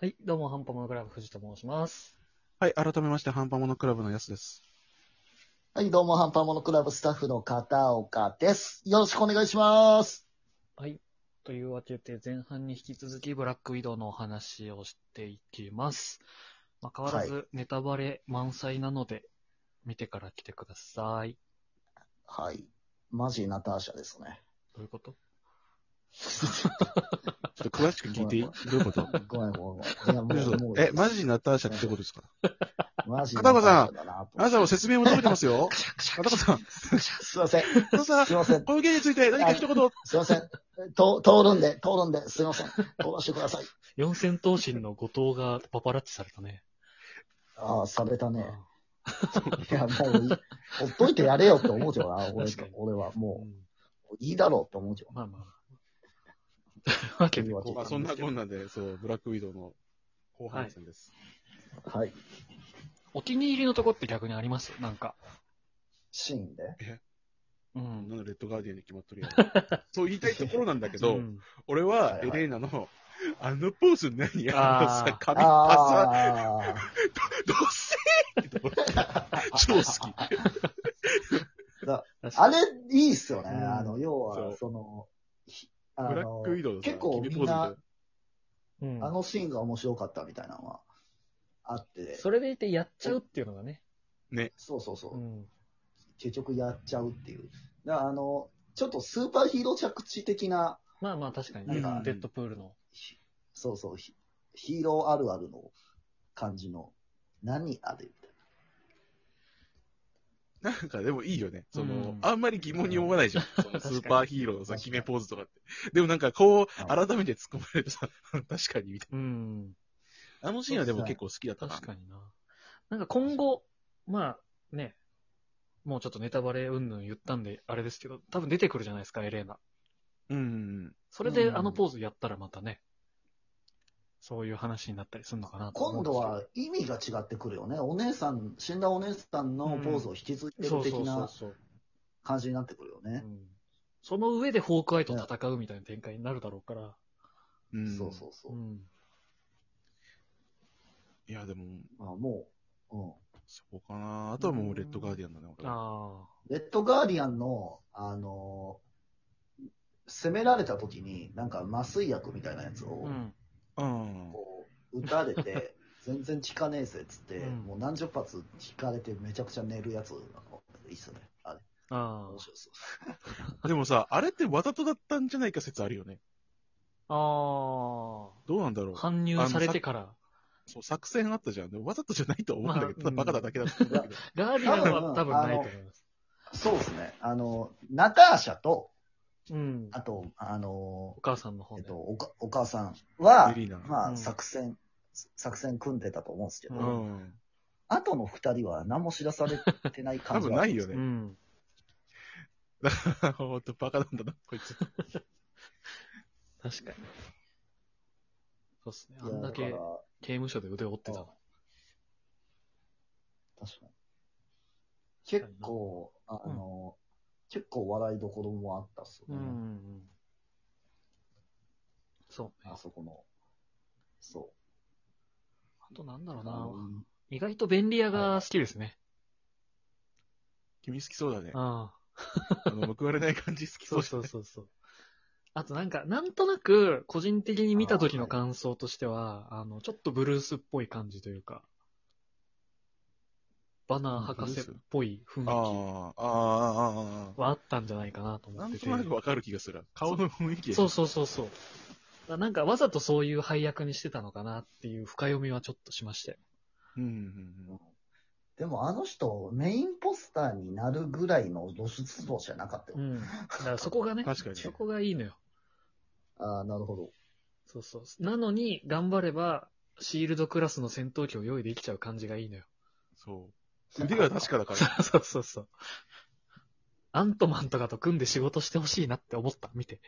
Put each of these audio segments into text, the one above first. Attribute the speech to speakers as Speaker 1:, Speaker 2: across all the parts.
Speaker 1: はい、どうも、ハンパモノクラブ、藤と申します。
Speaker 2: はい、改めまして、ハンパモノクラブのやすです。
Speaker 3: はい、どうも、ハンパモノクラブスタッフの片岡です。よろしくお願いします。
Speaker 1: はい。というわけで、前半に引き続き、ブラックウィドウのお話をしていきます。まあ、変わらず、ネタバレ満載なので、見てから来てください。
Speaker 3: はい。マジナターシャですね。
Speaker 1: どういうこと
Speaker 2: ちょっと詳しく聞いていいどういうこと
Speaker 3: ごめんごめんごめん。いや、もう、もう
Speaker 2: え、マジナターシャってことですか
Speaker 3: マジだなと
Speaker 2: あなたも説明求めてますよ。あなたさん、あ
Speaker 3: すいません。
Speaker 2: なたさん、
Speaker 3: すいません。
Speaker 2: この件について何か一言。
Speaker 3: すいません。と通るんで、通るんで、すいません。通らせてください。
Speaker 1: 四千頭身の後藤がパパラッチされたね。
Speaker 3: ああ、されたね。
Speaker 1: あ
Speaker 3: いや、もういい、ほっといてやれよって思うけどな、俺
Speaker 1: 確かに
Speaker 3: 俺は。
Speaker 1: ーう
Speaker 3: も
Speaker 1: ん
Speaker 3: う、いいだろうって思うけど
Speaker 1: ま
Speaker 3: な。
Speaker 1: あまあ。という わけで、
Speaker 3: というわけで
Speaker 2: まあ、
Speaker 1: 後
Speaker 2: そ
Speaker 1: 半で
Speaker 2: んな
Speaker 1: すけど
Speaker 2: こんなで、そう、ブラックウィドウの後半戦です。
Speaker 3: はい。
Speaker 1: お気に入りのとこって逆にありますなんか。
Speaker 3: シーンで。
Speaker 1: う
Speaker 2: こん
Speaker 1: ん。
Speaker 2: なのレッドガーディアンに決まっとるやん。そう言いたいところなんだけど、
Speaker 1: うん
Speaker 2: 俺は
Speaker 3: はい
Speaker 2: エ
Speaker 3: はい
Speaker 2: レーナの、あのポーズ何
Speaker 1: あー
Speaker 2: やあのさ、髪パサ、
Speaker 3: ああ。
Speaker 2: どっせーってところ超好き。
Speaker 3: あれ、いいっすよね。
Speaker 1: うん
Speaker 3: あの、要
Speaker 2: そ
Speaker 3: は
Speaker 2: う、
Speaker 3: その、ひあ
Speaker 2: ブラックウィドウのさ
Speaker 3: 結構み
Speaker 2: 決
Speaker 3: ん
Speaker 2: めポーズ
Speaker 3: な
Speaker 2: み、
Speaker 1: うん
Speaker 3: あのシーンが面白かったみたいなのはあって、
Speaker 1: それでいてやっちゃうっていうのがね。
Speaker 3: そうそうそう、
Speaker 1: うん。
Speaker 3: 結局やっちゃうっていう。だからあの、ちょっとスーパーヒーロー着地的な、
Speaker 1: まあまあ確かに
Speaker 3: な
Speaker 1: ね
Speaker 3: んか、
Speaker 1: デッドプールの。
Speaker 3: ひそうそうヒ、ヒーローあるあるの感じの、何あれみたい
Speaker 2: なんかでもいいよね。その、
Speaker 1: うん
Speaker 2: あんまり疑問に思わないじゃん。そのス
Speaker 1: かに
Speaker 2: ーパーヒーローのさ、
Speaker 3: 確か
Speaker 2: 決
Speaker 3: に
Speaker 2: めポーズとかって。でもなんかこう、
Speaker 3: うん
Speaker 2: 改めて突っ込まれてさ、 確かにみたい
Speaker 1: うん。
Speaker 2: な。あのシーンはでも結構好きだったな
Speaker 1: 確。かにな。なんか今後、まあね、もうちょっとネタバレうんぬん言ったんで、あれですけど、多分出てくるじゃないですか、エレーナ。
Speaker 2: うん。
Speaker 1: それで
Speaker 3: うん
Speaker 1: あのポーズやったらまたね、そういう話になったりするのかな
Speaker 3: な。
Speaker 1: と思うん
Speaker 3: 今
Speaker 1: で
Speaker 3: 度
Speaker 1: すけど
Speaker 3: は意味が違ってくるよね。お姉さん、死んだお姉さんのポーズを引き継いで
Speaker 1: そ
Speaker 3: る
Speaker 1: うそ
Speaker 3: 的
Speaker 1: うそう
Speaker 3: な
Speaker 1: そう、
Speaker 3: 感じになってくるよね。
Speaker 1: うんその上でホークアイと戦うみたいな展開になるだろうから。
Speaker 2: うん。
Speaker 3: そうそうそう
Speaker 1: う。ん。
Speaker 2: いや、でも、
Speaker 3: まあもう、うん。
Speaker 2: そこかな。あとはもうレッドガーディアンだね、俺は。
Speaker 1: あ
Speaker 3: レッドガーディアンの、あのー攻められた時に、なんか麻酔薬みたいなやつ
Speaker 1: あ。
Speaker 3: を
Speaker 1: う、ん。
Speaker 2: うん。
Speaker 3: こう、撃た れて、全然効かねえぜっつって、
Speaker 1: うん
Speaker 3: もう何十発効かれてめちゃくちゃ寝るやつ、いいっすね。あれ、
Speaker 1: あ
Speaker 3: 面白いっす。
Speaker 2: でもさ、あれってわざとだったんじゃないか説あるよね。
Speaker 1: あ。あ
Speaker 2: どうなんだろ
Speaker 1: あ。
Speaker 2: う。
Speaker 1: 搬入されてから。
Speaker 2: そう、作戦あったじゃん。でもわざとじゃないとは思うんだけど、
Speaker 1: まあ
Speaker 2: ただバカだだけだったんだけど。
Speaker 1: ガーディアンは多分ないと思います。
Speaker 3: そうですね。あの、ナターシャと、
Speaker 1: うん。
Speaker 3: あと、あの
Speaker 1: お母さんの方
Speaker 3: ー、え
Speaker 1: で。
Speaker 3: っと、おかお母さんは
Speaker 2: エ、リーナ。
Speaker 3: ま
Speaker 1: うん
Speaker 3: あ、作戦、作戦組んでたと思うんですけど、
Speaker 1: う
Speaker 2: うん。
Speaker 3: 後の二人は何も知らされてない
Speaker 2: 多
Speaker 3: 感じ
Speaker 2: 分
Speaker 3: は
Speaker 2: ないよ
Speaker 1: う
Speaker 2: ね。
Speaker 1: ん。
Speaker 2: だから、ほんとバカなんだな、こいつ。
Speaker 1: 確かに。そうっすね。
Speaker 3: い
Speaker 1: あ
Speaker 3: や
Speaker 1: んだけ
Speaker 3: だか
Speaker 1: 刑
Speaker 3: ら
Speaker 1: 務所で腕を折ってたの。
Speaker 3: 確かに。結構、あの、結構笑いどころもあったっす
Speaker 1: う
Speaker 3: よね。
Speaker 1: ん。そうね。
Speaker 3: あ
Speaker 1: あ
Speaker 3: そこの。そ
Speaker 1: となんだ
Speaker 3: う。
Speaker 1: ろう
Speaker 3: あ
Speaker 1: な
Speaker 3: の。
Speaker 1: 意外と便利屋が好きですね。
Speaker 2: 君好きそうだね。
Speaker 1: ああ。
Speaker 2: あの、報われない感じ好きそ
Speaker 1: そうう
Speaker 2: じ
Speaker 1: そうそうそう。あとなんか、なんとなく、個人的に見た時
Speaker 3: あ
Speaker 1: の
Speaker 3: はい
Speaker 1: 感想としては、あの、ちょっとブルースっぽい感じというか、バナー博士っぽい雰
Speaker 2: ゃん。あ
Speaker 1: 囲
Speaker 2: あ、ああ、あ
Speaker 1: 気はあったんじゃないかなと
Speaker 2: あ。
Speaker 1: 思
Speaker 2: な
Speaker 1: っ
Speaker 2: ん
Speaker 1: てて。
Speaker 2: となくわかる気がする。顔の雰囲気
Speaker 1: そうそうそうそう。だからなんかわざとそういう配役にしてたのかなっていう深読みはちょっとしましたよ。
Speaker 2: う。うん、
Speaker 3: うんでもあの人、メインポスターになるぐらいの露出度じゃなかったよ。
Speaker 1: うん。だからそこがね、
Speaker 2: 確かに
Speaker 1: そこがいいのよ。
Speaker 3: ああ、なるほど。
Speaker 1: そうそう。なのに、頑張れば、シールドクラスの戦闘機を用意できちゃう感じがいいのよ。
Speaker 2: そう。腕が確かだから。
Speaker 1: そうそうそう。アントマンとかと組んで仕事してほしいなって思った。見て。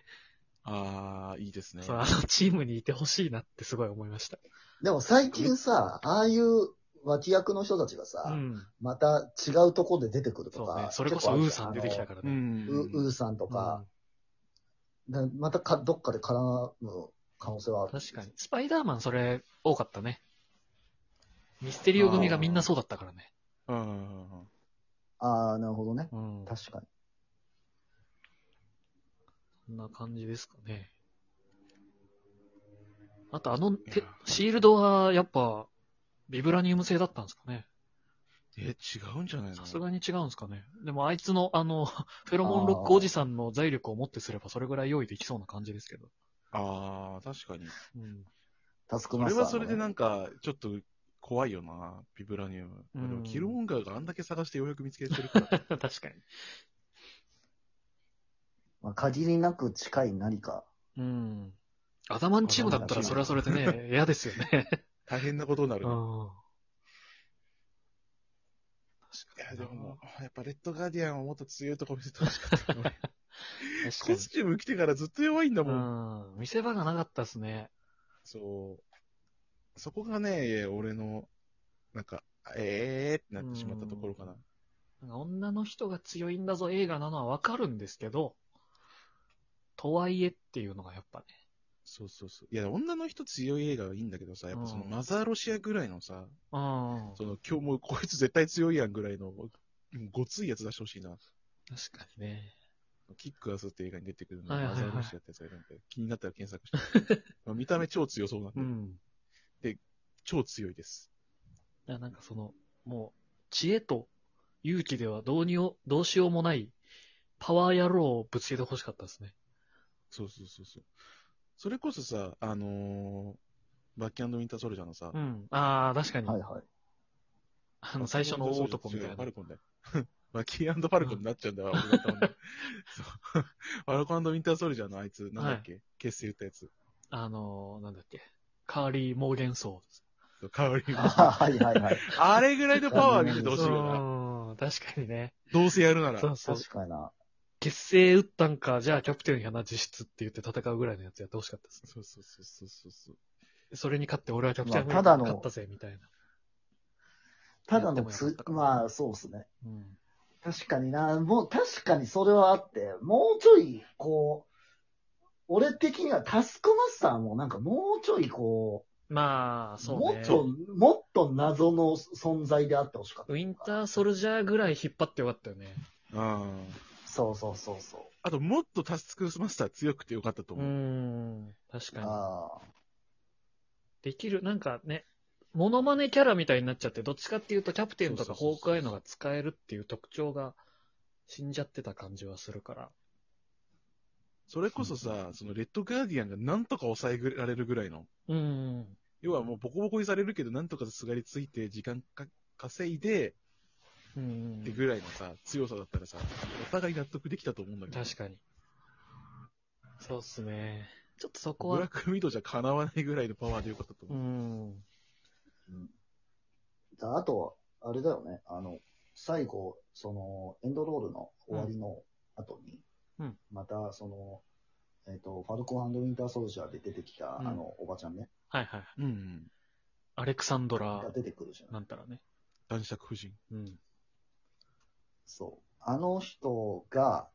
Speaker 2: ああ、いいですね。
Speaker 1: そう、あのチームにいてほしいなってすごい思いました。
Speaker 3: でも最近さ、ああいう脇役の人たちがさ、
Speaker 1: うん。
Speaker 3: また違うとこで出てくると
Speaker 1: そうね
Speaker 3: か。。
Speaker 1: それこそウーさん出
Speaker 3: 結
Speaker 1: て
Speaker 3: 構
Speaker 1: きた
Speaker 3: ある
Speaker 1: から
Speaker 2: う
Speaker 1: ね。
Speaker 2: ん。
Speaker 3: じゃん。あのウウーさんとか、でまたかどっかで絡む可能性はある。
Speaker 1: 確かに。。スパイダーマンそれ多かったね。ミステリオ組がみんなそうだったからね。
Speaker 2: うん。
Speaker 3: ああ、なるほどね。
Speaker 1: うん。
Speaker 3: 確かに。
Speaker 1: そんな感じですかね。あとあの
Speaker 2: いや
Speaker 1: て、シールドはやっぱ、ビブラニウム製だったんですかね。
Speaker 2: え、違うんじゃないの
Speaker 1: さすがに違うんですかね。でもあいつのあ の、フェロモンロックおじさんの財力を持ってすればそれぐらい用意できそうな感じですけど。
Speaker 2: ああ、確かに。
Speaker 1: うん。
Speaker 3: タスク
Speaker 2: そ
Speaker 3: マ
Speaker 2: れ
Speaker 3: スター、
Speaker 2: はそれでなんか、ちょっと怖いよな、ビブラニウム。
Speaker 1: う
Speaker 2: で
Speaker 1: ん
Speaker 2: も、キルモンガーがあんだけ探してようやく見つけて るから。
Speaker 1: 確かに。
Speaker 3: まあ、限りなく近い何か。
Speaker 1: うん。アダマンチームだったらそれはそれでね、嫌ですよね。
Speaker 2: 大変なことにな る。
Speaker 1: う
Speaker 2: い
Speaker 1: ん。
Speaker 2: や、
Speaker 1: 確
Speaker 2: で
Speaker 1: かにな。
Speaker 2: も、やっぱレッドガーディアンはもっと強いとこ見せてほしかったな。俺
Speaker 1: 確か
Speaker 2: コスチューム着てからずっと弱いんだもん。
Speaker 1: に。うん。見せ場がなかったですね。
Speaker 2: そう。そこがね、俺の、なんか、えーってなってしまったところかな。
Speaker 1: なんか女の人が強いんだぞ映画なのはわかるんですけど、とはいえっていうのがやっぱね。
Speaker 2: そうそうそう。いや、女の人強い映画はいいんだけどさ、やっぱその
Speaker 1: うん
Speaker 2: マザーロシアぐらいのさ、
Speaker 1: うん。
Speaker 2: その今日もうこいつ絶対強いやんぐらいの、もうごついやつ出してほしいな。
Speaker 1: 確かにね。
Speaker 2: キックアスって映画に出てくるの
Speaker 1: はい
Speaker 2: が
Speaker 1: はいは
Speaker 2: マ
Speaker 1: い
Speaker 2: ザーロシアってやつがいるんで、気になったら検索して。 まあ見た目超強そうなんで、
Speaker 1: うん。
Speaker 2: 超強いです。
Speaker 1: だからなんかその、もう、知恵と勇気ではどうによどうしようもない、パワー野郎をぶつけてほしかったですね。
Speaker 2: そうそうそうそう。それこそさ、あのーバッキーウィンターソルジャーのさ、
Speaker 1: うん。ああ、確かに。
Speaker 3: はい はい。
Speaker 1: あの、最初の大男みたいな
Speaker 2: ファ。ルコンだよ。 バキーファルコンになっちゃうんだわ、俺だったもんねそうファルコンウィンターソルジャーのあいつ、なんだっけ結成言ったやつ。
Speaker 1: あのー、なんだっけ。カーリー・モーゲンソーです。
Speaker 2: カーリーも。
Speaker 3: はいはいはい。
Speaker 2: あれぐらいのパワー見せてほしいよな。
Speaker 1: うん、確かにね。
Speaker 2: どうせやるなら。
Speaker 1: そうそう。
Speaker 3: 確かにな。
Speaker 1: 結成打ったんか、じゃあキャプテンやな、実質って言って戦うぐらいのやつやってほしかったです。
Speaker 2: そうそうそうそうそうそう。
Speaker 1: それに勝って俺はキャプテンアメリ
Speaker 3: まあ
Speaker 1: カ
Speaker 3: ただ
Speaker 1: に
Speaker 3: の
Speaker 1: 勝ったぜ、みたいな。
Speaker 3: ただの
Speaker 1: やっ
Speaker 3: つ
Speaker 1: て、もよかった
Speaker 3: まあそうですね。
Speaker 1: うん。
Speaker 3: 確かにな。もう確かにそれはあって、もうちょい、こう、俺的にはタスクマスターもなんかもうちょいこ
Speaker 1: まあ、
Speaker 3: う、
Speaker 1: そう
Speaker 3: も
Speaker 1: ね
Speaker 3: っ。と、もっと謎の存在であってほしかった。
Speaker 1: ウィンターソルジャーぐらい引っ張ってよかったよね。
Speaker 2: うん。
Speaker 3: そうそうそうそう。
Speaker 2: あと、もっとタスクマスター強くてよかったと
Speaker 1: う
Speaker 2: 思う。
Speaker 1: ん。確かに。
Speaker 3: ああ。
Speaker 1: できる、なんかね、モノマネキャラみたいになっちゃって、どっちかっていうとキャプテンとか
Speaker 2: そうそう
Speaker 1: ホ
Speaker 2: そう
Speaker 1: ー
Speaker 2: そう
Speaker 1: クアイのが使えるっていう特徴が死んじゃってた感じはするから。
Speaker 2: それこそさ、そのレッドガーディアンがなんとか抑えられるぐらいの。
Speaker 1: うん。
Speaker 2: 要はもうボコボコにされるけど、なんとかすがりついて、時間か稼いで、
Speaker 1: うん
Speaker 2: って。ぐらいのさ、強さだったらさ、お互い納得できたと思うんだけど。
Speaker 1: 確かに。そうっすね。ちょっとそこ
Speaker 2: ブラッ
Speaker 1: は、
Speaker 2: クミドじゃかなわないぐらいのパワーでよかったと
Speaker 1: う
Speaker 2: 思う。
Speaker 1: ん。
Speaker 3: だあとは、あれだよね、あの、最後、その、エンドロールの終わりの後に、
Speaker 1: うん
Speaker 3: また、その、えっ、と、ファルコンウィンターソルジャーで出てきた、
Speaker 1: うん
Speaker 3: あの、おばちゃんね、
Speaker 1: はいはい。
Speaker 2: うん、うん。
Speaker 1: アレクサンドラ
Speaker 3: が、出てくるじゃん。
Speaker 1: なんたらね。
Speaker 2: 男爵夫人。
Speaker 1: うん。
Speaker 3: そう。あの人が、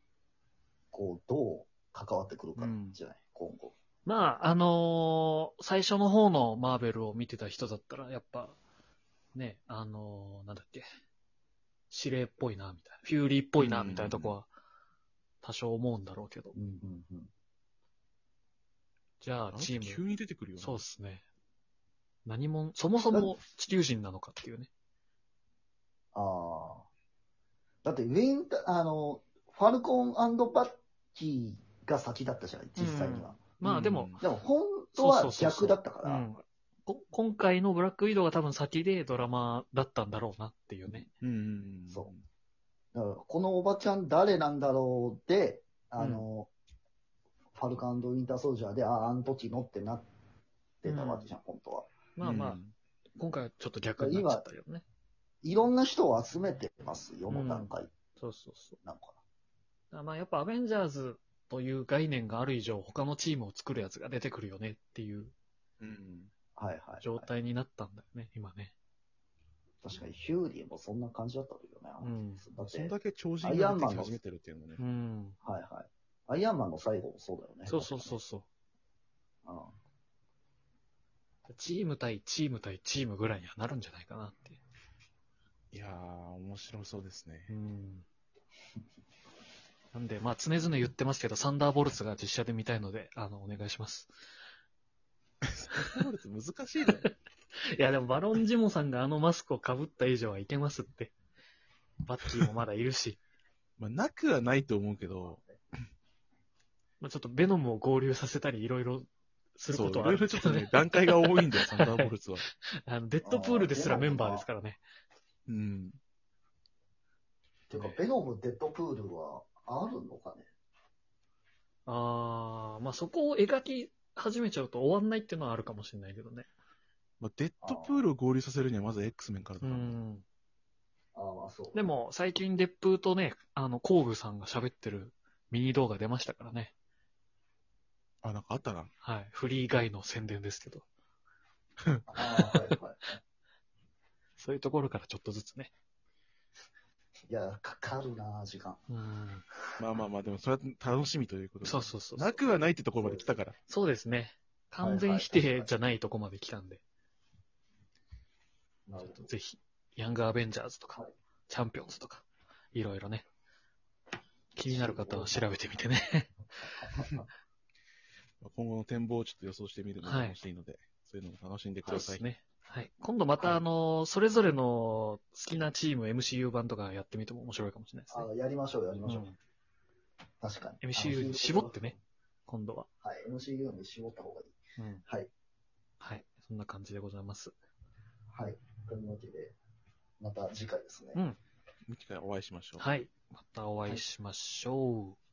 Speaker 3: こう、どう関わってくるか
Speaker 2: うん
Speaker 3: じゃない、今後。
Speaker 1: まあ、あのー最初の方のマーベルを見てた人だったら、やっぱ、ね、あのーなんだっけ、司令っぽいな、みたいな。フューリーっぽいな、みたいなとこは、多少思うんだろうけど。
Speaker 3: うんうんうん。
Speaker 1: じゃあ
Speaker 2: あ、の
Speaker 1: チ
Speaker 2: 人
Speaker 1: ー
Speaker 2: 急
Speaker 1: ム、
Speaker 2: に出てくるよね。
Speaker 1: そうっすね。何も、そもそも地球人なのかっていうね。
Speaker 3: ああ。だって、ウィンター、あの、ファルコンバッキーが先だったじゃない、実際には。
Speaker 2: うん
Speaker 1: まあでも、、
Speaker 3: でも、本当
Speaker 1: そ
Speaker 3: は
Speaker 1: うそうそうそう
Speaker 3: 逆だったか
Speaker 1: う
Speaker 3: ら、
Speaker 1: ん、こ今回のブラックウィドウが多分先でドラマだったんだろうなっていうね。
Speaker 2: うんうんうん。
Speaker 3: そだからこのおばちゃん誰なんだろうで、あの、ファルカンウィンターソルジャーで、ああ、あの時のってなってたわけじゃん、本当は。
Speaker 1: まあまあ、
Speaker 2: うん
Speaker 1: 今回はちょっと逆になっちゃったよね。
Speaker 3: いろんな人を集めてますよ、
Speaker 1: うん
Speaker 3: の段階
Speaker 1: そうそうそう。
Speaker 3: なんか
Speaker 1: だからまあやっぱアベンジャーズという概念がある以上、他のチームを作るやつが出てくるよねっていう
Speaker 2: うん。
Speaker 3: な。はいはい、はい。
Speaker 1: 状態になったんだよね、今ね。
Speaker 3: 確かに、ヒューリーもそんな感じだったけどね。
Speaker 1: うん
Speaker 3: だっ
Speaker 2: そん
Speaker 3: て、
Speaker 2: だけ超人
Speaker 3: アイア
Speaker 2: が
Speaker 3: ン
Speaker 2: 出
Speaker 3: マ
Speaker 2: てき
Speaker 3: ンの
Speaker 2: 始めてるっていうのね
Speaker 1: う。ん。
Speaker 3: はいはい。アイアンマンの最後もそうだよね。。
Speaker 1: そうそうそううそう。
Speaker 3: うん、
Speaker 1: チーム対チーム対チームぐらいにはなるんじゃないかなって。
Speaker 2: いやー、面白そうですね。
Speaker 1: うん。なんで、まあ、常々言ってますけど、サンダーボルツが実写で見たいので、あの、お願いします。
Speaker 2: そうです難しいね。
Speaker 1: いや、でも、バロンジモさんがあのマスクを被った以上はいけますって。バッキーもまだいるし。
Speaker 2: まあ、なくはないと思うけど、
Speaker 1: まあ、ちょっとベノムを合流させたり、いろいろする
Speaker 2: そ
Speaker 1: こ
Speaker 2: う、い
Speaker 1: とは
Speaker 2: ろ
Speaker 1: あ
Speaker 2: い
Speaker 1: る
Speaker 2: ろちょっとね、段階が多いんだよ、サン ダーボルツは。
Speaker 1: あの、デッドプールですらメンバーですからね。
Speaker 2: うん。
Speaker 3: てか、ベノム、デッドプールはあるのかね
Speaker 1: あー、まあ、そこを描き始めちゃうと終わんないっていうのはあるかもしれないけどね。
Speaker 2: まあ、デッドプールを合流させるには、まず X メンからだ
Speaker 1: う
Speaker 2: から。
Speaker 1: ん。
Speaker 3: ああ、まあそう。
Speaker 1: でも、最近、デップとね、あの、工具さんが喋ってるミニ動画出ましたからね。
Speaker 2: あ、なんかあったな。
Speaker 1: はい。フリー以外の宣伝ですけど。
Speaker 3: ああ、はいはい。
Speaker 1: そういうところからちょっとずつね。
Speaker 3: いや、かかるな、時間。
Speaker 1: うん。
Speaker 2: まあまあまあ、でも、それは楽しみということで。
Speaker 1: そうそうそう。
Speaker 2: なくはないってところまで来たから。
Speaker 1: そうですね。完全否定じゃないとこまで来たんで、
Speaker 3: なるほど。
Speaker 1: ぜひ、ヤングアベンジャーズとか、
Speaker 3: はい
Speaker 1: チャンピオンズとか、いろいろね、気になる方は調べてみてね。
Speaker 2: まあ今後の展望をちょっと予想してみるのも
Speaker 1: はい
Speaker 2: 楽しいので、そういうのも楽しんでく
Speaker 1: そう
Speaker 2: だ
Speaker 1: で
Speaker 2: さい。
Speaker 1: すね。 はい。今度また、あの、それぞれの好きなチーム MCU 版とかやってみても面白いかもしれないですね
Speaker 3: あ。やりましょう、やりましょう。
Speaker 1: うん
Speaker 3: 確かに。
Speaker 1: MCU に絞ってね。今度は。
Speaker 3: はい、MCU に絞った方がいい。
Speaker 1: うん。
Speaker 3: はい。
Speaker 1: はい。そんな感じでございます。
Speaker 3: はい。というわけで、また次回ですね。
Speaker 1: うん。
Speaker 2: 次回お会いしましょう。
Speaker 1: はい。またお会いしましょう。